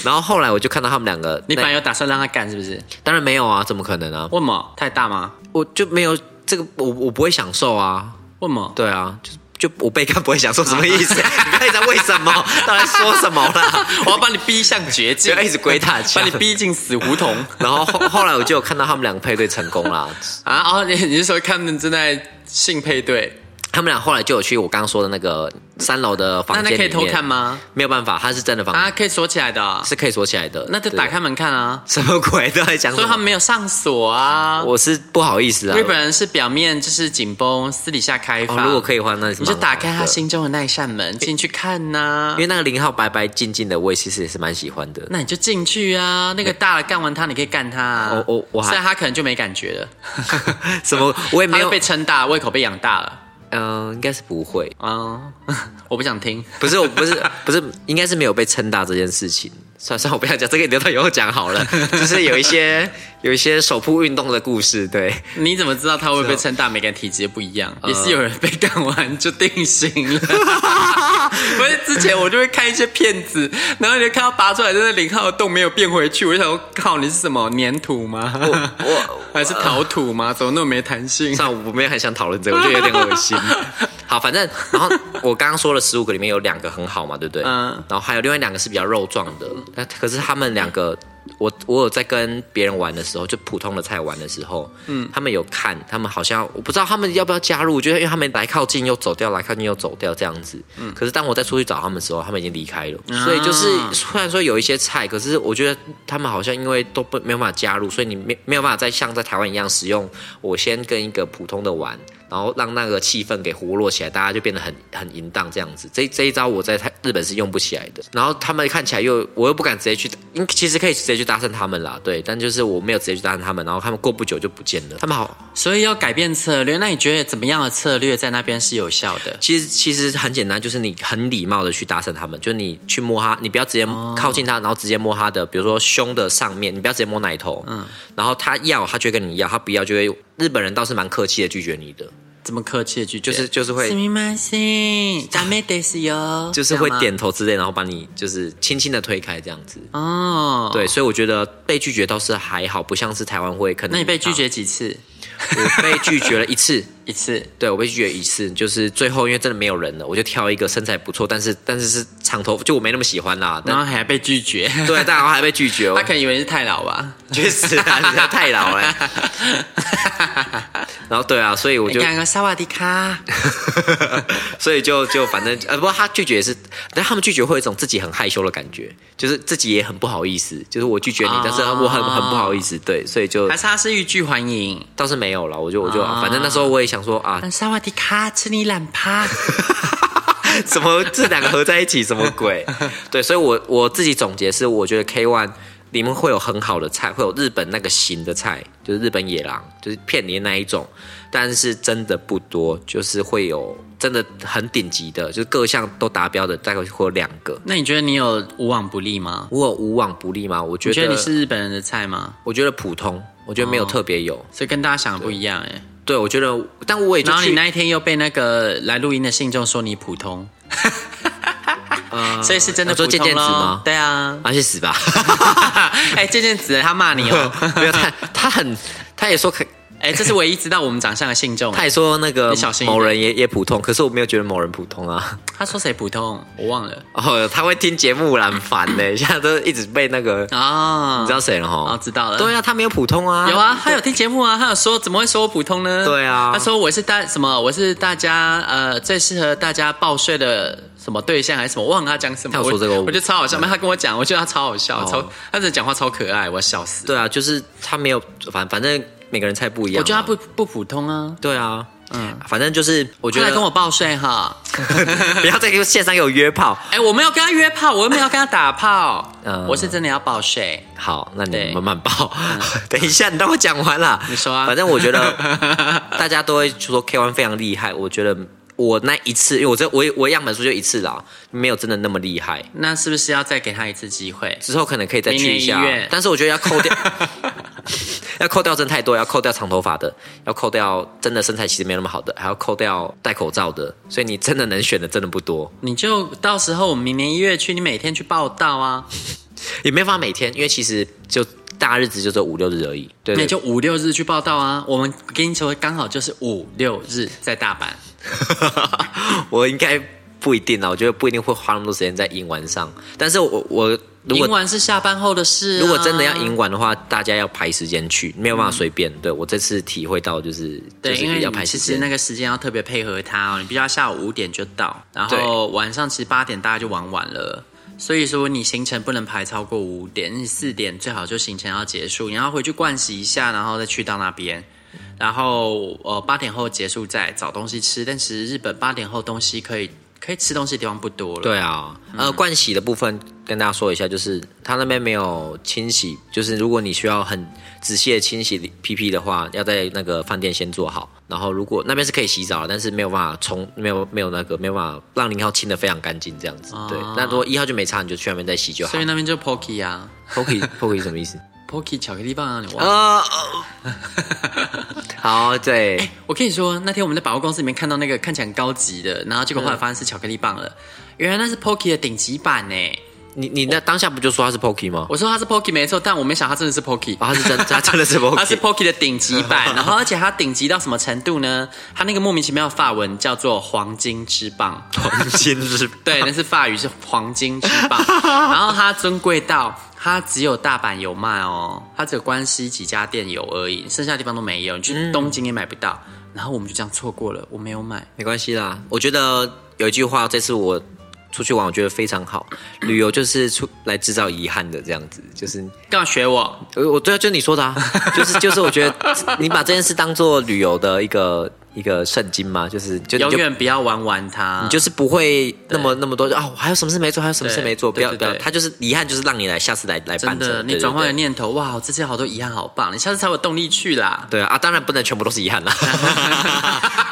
Speaker 1: 然后后来我就看到他们两个，
Speaker 3: 你本
Speaker 1: 那
Speaker 3: 来有打算让他干是不是？
Speaker 1: 当然没有啊，怎么可能啊？
Speaker 3: 问么？太大吗？
Speaker 1: 我就没有这个，我我不会享受啊，
Speaker 3: 问 么？
Speaker 1: 对啊，就就我被干不会享受什么意思？
Speaker 3: 啊
Speaker 1: 你到底在为什 么？到底在说什么啦？
Speaker 3: 我要把你逼向绝境，
Speaker 1: 不要一直鬼打墙
Speaker 3: 把你逼进死胡同
Speaker 1: 然后后后来我就有看到他们两个配对成功啦，
Speaker 3: 啊！哦，你你是说他们正在性配对？
Speaker 1: 他们俩后来就有去我刚刚说的那个三楼的房
Speaker 3: 那
Speaker 1: 间
Speaker 3: 那
Speaker 1: 里
Speaker 3: 可以
Speaker 1: 面，
Speaker 3: 偷看？吗？
Speaker 1: 没有办法，它是真的房，
Speaker 3: 啊，可以锁起来的啊、
Speaker 1: 是可以锁起来的。
Speaker 3: 那就
Speaker 1: 对
Speaker 3: 打开门看啊。
Speaker 1: 什么鬼？都在讲
Speaker 3: 所
Speaker 1: 什
Speaker 3: 以他们
Speaker 1: 么？
Speaker 3: 没有上锁啊。
Speaker 1: 我是不好意思啊
Speaker 3: 日。本人是表面就是紧绷，私底下开
Speaker 1: 哦
Speaker 3: 放。，
Speaker 1: 如果可以的话，那
Speaker 3: 你就打开他
Speaker 1: 心，
Speaker 3: 心啊中的那一扇门进去看呐、
Speaker 1: 因为那个零号白白净净的，我也其实也是蛮喜欢 的。
Speaker 3: 那你就进去啊，那个大了干完他，你可以干他、啊。
Speaker 1: 我我我还
Speaker 3: 虽然他可能就没感觉了，
Speaker 1: 什么？我也
Speaker 3: 他
Speaker 1: 没
Speaker 3: 都
Speaker 1: 有
Speaker 3: 被，撑大，胃口被养大了。
Speaker 1: 嗯、应该是不会，
Speaker 3: 啊、 我不想听。
Speaker 1: 不是，我不是， 不是，应该是没有被撑大这件事情。算了算了，我不要讲这个，留到以后讲好了。就是有一些有一些手部运动的故事，对。
Speaker 3: 你怎么知道他会不会撑大？每个人体质不一样，也是有人被干完就定型了。 不是之前我就会看一些片子，然后你就看到拔出来就是零号的洞没有变回去，我就想说，靠，你是什么粘土吗？
Speaker 1: 我
Speaker 3: 还是陶土吗？怎么那么没弹性？
Speaker 1: 算了，我没有很想讨论这个，我觉得有点恶 心。好，反正然后我刚刚说了十五个里面有两个很好嘛，对不对？
Speaker 3: 嗯
Speaker 1: 嗯。然后还有另外两个是比较肉壮的，那可是他们两个，我我有在跟别人玩的时候，就普通的菜玩的时候，嗯，他们有看，他们好像我不知道他们要不要加入，就是因为他们来靠近又走掉，来靠近又走掉这样子。嗯。可是当我再出去找他们的时候，他们已经离开了，所以就是虽然说有一些菜，可是我觉得他们好像因为都不没有办法加入，所以你没没有办法再像在台湾一样使用。我先跟一个普通的玩，然后让那个气氛给活络起来，大家就变得很很淫荡这样子。这这一招我在台日本是用不起来的。然后他们看起来又我又不敢直接去，因其实可以直接去搭讪他们啦，对，但就是我没有直接去搭讪他们，然后他们过不久就不见了。他们好，
Speaker 3: 所以要改变策略。那你觉得怎么样的策略在那边是有效的？
Speaker 1: 其实其实很简单，就是你很礼貌的去搭讪他们，就是你去摸他，你不要直接
Speaker 3: 哦
Speaker 1: 靠近他，然后直接摸他的，比如说胸的上面，你不要直接摸奶头。嗯，然后他要他就会跟你要，他不要就会。日本人倒是蛮客气的拒绝你的，
Speaker 3: 怎么客气的拒绝？
Speaker 1: 就是就是会
Speaker 3: すみません、ダメですよ，
Speaker 1: 就是会
Speaker 3: 这样吗
Speaker 1: 点头之类，然后把你就是轻轻的推开这样子。
Speaker 3: 哦。
Speaker 1: 对，所以我觉得被拒绝倒是还好，不像是台湾会可能。啊
Speaker 3: 那你被拒？绝几次？
Speaker 1: 我被拒绝了一次，
Speaker 3: 一次。
Speaker 1: 对我被拒绝一次，就是最后因为真的没有人了，我就挑一个身材不错，但是但是是长头发，就我没那么喜欢啦。
Speaker 3: 然
Speaker 1: 但
Speaker 3: 后还被拒绝，
Speaker 1: 对，但我还被拒 绝哦
Speaker 3: 他可能以为你是太老吧？
Speaker 1: 确实啊，你实在太老 了。然后对啊，所以我
Speaker 3: 你
Speaker 1: 就
Speaker 3: 看个萨瓦迪卡，
Speaker 1: 所以就就反正呃，不过他拒绝也是，但他们拒绝会有一种自己很害羞的感觉，就是自己也很不好意思，就是我拒绝你，
Speaker 3: 啊
Speaker 1: 但是我很很不好意思，对，所以就
Speaker 3: 还是他是欲拒还迎？
Speaker 1: 倒是没有了，我就我就、
Speaker 3: 啊
Speaker 1: 反正那时候我也想说啊，
Speaker 3: 萨瓦迪卡，吃你懒 趴。
Speaker 1: 怎么这两个合在一起，什么 鬼？对，所以我我自己总结是，我觉得 K One 里面会有很好的菜，会有日本那个型的菜，就是日本野狼，就是骗你的那一种，但是真的不多，就是会有真的很顶级的，就是各项都达标的，大概会有两个。
Speaker 3: 那你觉得你有无往不利吗？
Speaker 1: 我有无往不利吗？我觉
Speaker 3: 你
Speaker 1: 得
Speaker 3: 觉得你是哦日本人的菜吗？
Speaker 1: 我觉得普通，我觉得没有特别有。
Speaker 3: 所以跟大家想的不一样哎。
Speaker 1: 对，我觉得，但我也就
Speaker 3: 然后你
Speaker 1: 去
Speaker 3: 那一天又被那个来录音的信众说你普 通，呃所以是真的
Speaker 1: 我说
Speaker 3: 普
Speaker 1: 渐
Speaker 3: 通
Speaker 1: 渐子
Speaker 3: 咯
Speaker 1: 吗，
Speaker 3: 对啊
Speaker 1: 啊，去死吧！
Speaker 3: 哎，渐渐子他骂你 哦，
Speaker 1: 没有他，他很，他也说可，
Speaker 3: 哎，这是唯一知道我们长相的信众。
Speaker 1: 他也说那个
Speaker 3: 你小心一点
Speaker 1: 某人也也普通，可是我没有觉得某人普通啊。
Speaker 3: 他说谁普通，我忘了
Speaker 1: 哦，他会听节目啦，很烦 呢，现在都一直被那个，
Speaker 3: 啊。
Speaker 1: 你哦知道谁了
Speaker 3: 哦，
Speaker 1: 哈？
Speaker 3: 知道了。
Speaker 1: 对啊，他没有普通啊，
Speaker 3: 有啊，他有听节目啊，他有说怎么会说我普通呢？
Speaker 1: 对啊
Speaker 3: 他说我是大什么，我是大家呃最适合大家报税的什么对象还是什么，忘了他讲什么。
Speaker 1: 他有说这个
Speaker 3: 我
Speaker 1: 我
Speaker 3: 我觉得超好笑，没有他跟我讲，我觉得他超好笑，
Speaker 1: 哦
Speaker 3: 超他真的讲话超可爱，我要笑死。
Speaker 1: 对啊，就是他没有，反反正每个人菜不一样嘛。
Speaker 3: 我觉得他不不普通啊，
Speaker 1: 对啊，嗯，反正就是我觉
Speaker 3: 快来
Speaker 1: 得
Speaker 3: 跟我报税哈！
Speaker 1: 不要再给我线上给我约炮。
Speaker 3: 哎、我没有跟他约炮，我又没有跟他打炮，
Speaker 1: 嗯
Speaker 3: 我是真的要报税。
Speaker 1: 好，那
Speaker 3: 对
Speaker 1: 你慢慢报。 等一嗯下，你当我讲完啦。
Speaker 3: 你说啊
Speaker 1: 反正我觉得 大家都会说 K One 非常厉害。我觉得我那一次，因为我这我我样本数就一次啦，没有真的那么厉害。
Speaker 3: 那是不是要再给他一次机会？
Speaker 1: 之后可能可以再去一下
Speaker 3: 明年一月，
Speaker 1: 但是我觉得要扣 掉，要扣掉真的太多，要扣掉长头发的，要扣掉真的身材其实没那么好的，还要扣掉戴口罩的，所以你真的能选的真的不多，
Speaker 3: 你就到时候我们明年一月去，你每天去报道啊，
Speaker 1: 也没办法每天，因为其实就大日子就只有五六日而已，对
Speaker 3: 那
Speaker 1: 对
Speaker 3: 你就五六日去报道啊。我们跟你说，刚好就是五六日在大阪。
Speaker 1: 我应该不一定啦，我觉得不一定会花那么多时间在英文上，但是我我如
Speaker 3: 赢
Speaker 1: 果
Speaker 3: 完是下班后的事、啊
Speaker 1: 如果真的要，赢完的话，大家要排时间去，没有办法随便。对我这次体会到就是，
Speaker 3: 对，
Speaker 1: 就是
Speaker 3: 因为
Speaker 1: 要
Speaker 3: 你
Speaker 1: 排时
Speaker 3: 其实
Speaker 1: 间
Speaker 3: 那。个时间要特别配合他哦，你必须要下午五点就到，然后晚上其实八点大家就玩完了。所以说你行程不能排超过五点，你四点最好就行程要结束，你要回去盥洗一下，然后再去到那边，然后呃八点后结束再找东西吃。但其实日本八点后东西可以可以吃东西的地方不多了。
Speaker 1: 对啊，呃，盥洗的部分跟大家说一下，就是他那边没有清洗，就是如果你需要很仔细的清洗屁屁的话，要在那个饭店先做好。然后如果那边是可以洗澡，但是没有办法冲，没有没有那个没有办法让零号清的非常干净这样子。对，那如果一号就没擦，你就去那边再洗就好
Speaker 3: 所以。那边就 Pocky 啊
Speaker 1: Pocky Pocky 什么意 思？
Speaker 3: ，Pocky 巧克力棒啊，你忘了？
Speaker 1: 啊、 好，对，
Speaker 3: 我跟你说，那天我们在百货公司里面看到那个看起来很高级的，然后结果后来发现是巧克力棒了，原来那是 Pocky 的顶级版呢。
Speaker 1: 你你那当下不就说他是 Pocky 吗？
Speaker 3: 我说它是 Pocky 没错，但我没想它真的是 Pocky，、
Speaker 1: 啊，他是真，他真的是 Pocky，
Speaker 3: 它是 Pocky 的顶级 版，然后而且它顶级到什么程度呢？它那个莫名其妙的法文叫做黄金之棒，
Speaker 1: 黄金之
Speaker 3: 对，那是法语是黄金之 棒，然后它尊贵到它只有大阪有卖哦，它只有关西几家店有而已，剩下的地方都没有，你
Speaker 1: 嗯
Speaker 3: 去东京也买不到。然后我们就这样错过了，我没有买。
Speaker 1: 没关系啦，我觉得有一句话，这次我出去玩，我觉得非常好。旅游就是出来制造遗憾的，这样子就是，
Speaker 3: 干嘛学我？
Speaker 1: 呃我对啊，就是你说的啊， 就是就是，我觉得你把这件事当做旅游的一个一个圣经嘛，就是就你
Speaker 3: 永
Speaker 1: 就
Speaker 3: 远不要玩完它。
Speaker 1: 你就是不会那么那么多啊，我还有什么事没做，还有什么事
Speaker 3: 对
Speaker 1: 没做，不
Speaker 3: 对
Speaker 1: 要
Speaker 3: 对
Speaker 1: 不要，
Speaker 3: 对
Speaker 1: 他就是遗憾，就是让你来下次来来
Speaker 3: 真
Speaker 1: 办成
Speaker 3: 的，
Speaker 1: 对对
Speaker 3: 你转换
Speaker 1: 对
Speaker 3: 个念头，哇，我这次有好多遗憾，好棒！你下次才有动力去啦。
Speaker 1: 对啊，当然不能全部都是遗憾 啦，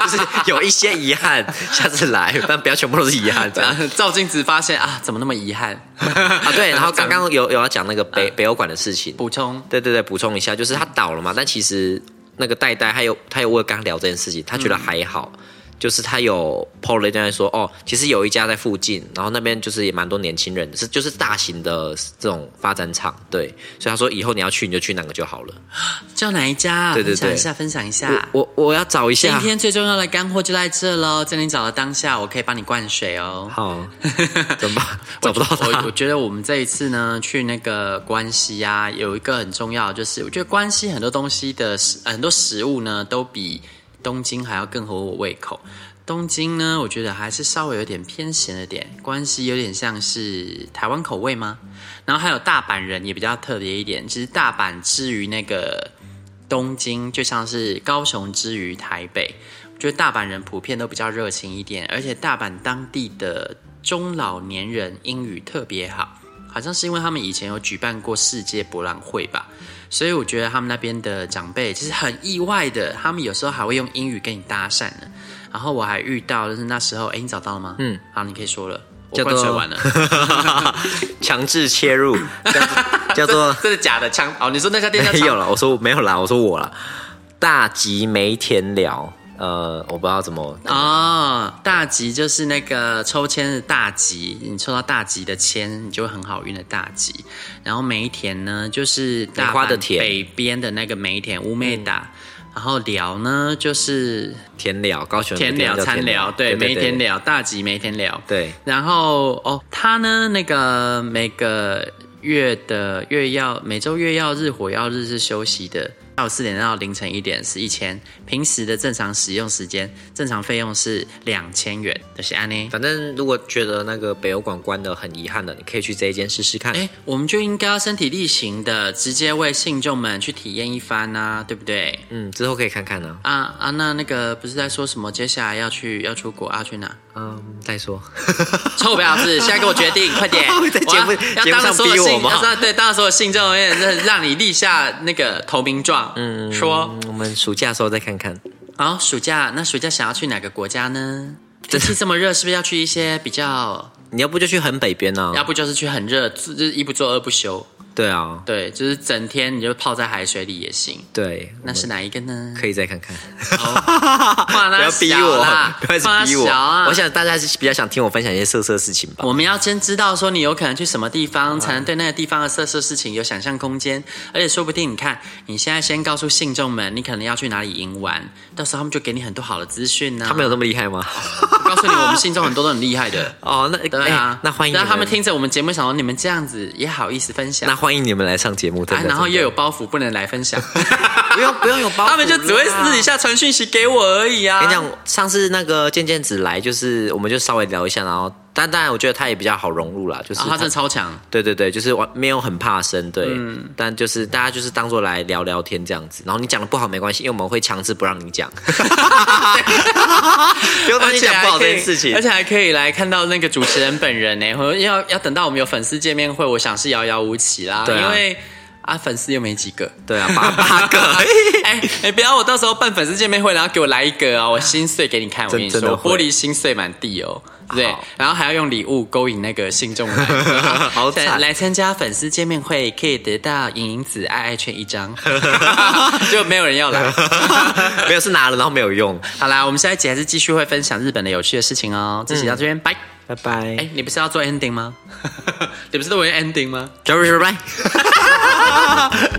Speaker 1: 就是有一些遗憾，下次来，但不要全部都是遗憾这样。
Speaker 3: 照镜子发现啊，怎么那么遗憾？
Speaker 1: 啊，对，然后刚刚有有要讲那个北、北欧馆的事情，
Speaker 3: 补充，
Speaker 1: 嗯对对对，补充一下，就是他倒了嘛，但其实那个戴戴他有他有为了刚聊这件事情，他觉得还好，就是他有 PO 了一段说，哦，其实有一家在附近，然后那边就是也蛮多年轻人的，是就是大型的这种发展厂，对，所以他说以后你要去你就去那个就好了。
Speaker 3: 叫哪一家？
Speaker 1: 对对对
Speaker 3: 分享一下，分享一下。
Speaker 1: 我我我要找一
Speaker 3: 今
Speaker 1: 下，
Speaker 3: 天最重要的干货就在这喽，在你找的当下，我可以帮你灌水哦。
Speaker 1: 好， 怎么办？找不到
Speaker 3: 我
Speaker 1: 他
Speaker 3: 我，觉得我们这一次呢，去那个关西啊，有一个很重要的，就是我觉得关西很多东西的食呃很多食物呢，都比东京还要更合我胃口。东京呢，我觉得还是稍微有点偏咸了点，关西有点像是台湾口味吗？然后还有大阪人也比较特别一点，其实大阪之于那个东京，就像是高雄之于台北，我觉得大阪人普遍都比较热情一点，而且大阪当地的中老年人英语特别好，好像是因为他们以前有举办过世界博览会吧，所以我觉得他们那边的长辈其实很意外的，他们有时候还会用英语跟你搭讪呢。然后我还遇到，就是那时候，哎，你找到了吗？嗯，好，你可以说了，我
Speaker 1: 叫做
Speaker 3: 灌水完了。
Speaker 1: 强制切入，叫做叫做
Speaker 3: 真的假的枪？哦，你说 那家店叫
Speaker 1: 没
Speaker 3: 枪
Speaker 1: 有了，我说没有啦，我说我啦，大吉梅田寮，呃，我不知道怎么，
Speaker 3: 哦，大吉就是那个抽签的大吉，你抽到大吉的签，你就会很好运的大吉。然后梅田呢，就是大
Speaker 1: 梅花的
Speaker 3: 阪
Speaker 1: 田
Speaker 3: 北边的那个梅田乌梅达。然后寮呢，就是
Speaker 1: 田寮，高雄
Speaker 3: 田寮、餐寮，对，梅田，寮、大吉梅田寮，
Speaker 1: 对
Speaker 3: 然后哦，他呢，那个每个月的月曜，每周月曜日、火曜日是休息的。下午四点到凌晨一点是一千，平时的正常使用时间，正常费用是两千元，就是安妮。
Speaker 1: 反正如果觉得那个北欧馆关的很遗憾的，你可以去这一间试试看。
Speaker 3: 哎，我们就应该要身体力行的，直接为信众们去体验一番呐、对不对？
Speaker 1: 嗯，之后可以看看呢、
Speaker 3: 啊啊，那那个不是在说什么接下来要去要出国要啊去哪？
Speaker 1: 嗯，再说。
Speaker 3: 臭婊子，现在给我决定，快点！
Speaker 1: 在节目
Speaker 3: 我要
Speaker 1: 节目
Speaker 3: 要当着
Speaker 1: 上
Speaker 3: 所有
Speaker 1: 逼我
Speaker 3: 信
Speaker 1: 吗
Speaker 3: 要当对，当着所有信众面，真的让你立下那个投名状。嗯，说
Speaker 1: 嗯我们暑假的时候再看看。
Speaker 3: 好、暑假那暑假想要去哪个国家呢？天气这么热，是不是要去一些比较？
Speaker 1: 你要不就去很北边啊？
Speaker 3: 要不就是去很热，就是一不做二不休。
Speaker 1: 对啊，
Speaker 3: 对，就是整天你就泡在海水里也行。
Speaker 1: 对，
Speaker 3: 那是哪一个呢？
Speaker 1: 可以再看看。嗯
Speaker 3: 放
Speaker 1: 不
Speaker 3: 那
Speaker 1: 要逼
Speaker 3: 小
Speaker 1: 我
Speaker 3: 啦，，
Speaker 1: 不要
Speaker 3: 放
Speaker 1: 一直逼我
Speaker 3: 小啊。。
Speaker 1: 我想大家是比较想听我分享一些色色事情吧。
Speaker 3: 我们要先知道说你有可能去什么地方，才能对那个地方的色色事情有想象空间。而且说不定，你看你现在先告诉信众们，你可能要去哪里赢玩，到时候他们就给你很多好的资讯呢、
Speaker 1: 他们有那么厉害吗？
Speaker 3: 告诉你，我们信众很多都很厉害的。
Speaker 1: 哦，那
Speaker 3: 对啊
Speaker 1: 哎，那欢迎你
Speaker 3: 让
Speaker 1: 们
Speaker 3: 他们，听着我们节目，想说你们这样子也好意思分享
Speaker 1: 那，欢迎你们来上节目，真
Speaker 3: 啊，
Speaker 1: 的。
Speaker 3: 然后
Speaker 1: 真的
Speaker 3: 又有包袱不能来分享，
Speaker 1: 不用不用 有包袱，
Speaker 3: 他们就只会私底。下传讯息给我而已啊。
Speaker 1: 跟你讲，上次那个健健子来，就是我们就稍微聊一下，然后但当然我觉得他也比较好融入啦，就是
Speaker 3: 啊，他真的超强。
Speaker 1: 对对对，就是完没有很怕生，对，
Speaker 3: 嗯
Speaker 1: 但就是大家就是当做来聊聊天这样子，然后你讲的不好没关系，因为我们会强制不让你 讲，不用担心讲不好这件事情
Speaker 3: 而。且还可以来看到那个主持人本人呢。或者要要等到我们有粉丝见面会，我想是遥遥无期啦。
Speaker 1: 对啊
Speaker 3: 因为啊，粉丝又没几个。
Speaker 1: 对啊，八八个，
Speaker 3: 哎哎，不要我到时候办粉丝见面会，然后给我来一个啊，我心碎给你看。我
Speaker 1: 真
Speaker 3: 跟你
Speaker 1: 真的
Speaker 3: 说，
Speaker 1: 会
Speaker 3: 玻璃心碎满地哦。对
Speaker 1: 好，
Speaker 3: 然后还要用礼物勾引那个信众来，
Speaker 1: 好惨
Speaker 3: 来参加粉丝见面会可以得到莹莹子爱爱券一 张， 就没有人要来。
Speaker 1: 没有是拿了然后没有用，
Speaker 3: 好啦，我们下一集还是继续会分享日本的有趣的事情哦。这集到这边，拜。
Speaker 1: 拜拜
Speaker 3: 哎、，你不是要做 ending 吗？ 你不是都会 ending 吗？
Speaker 1: 周日拜拜。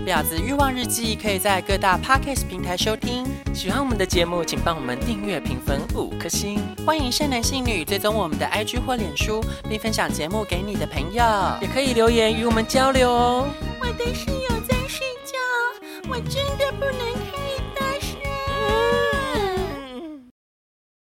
Speaker 4: 婊子欲望日记可以在各大 podcast 平台收听。喜欢我们的节目，请帮我们订阅、评分五颗星。欢迎善男信女追踪我们的 IG 或脸书，并分享节目给你的朋友，也可以留言与我们交流哦。
Speaker 2: 我的室友在睡觉，我真的不能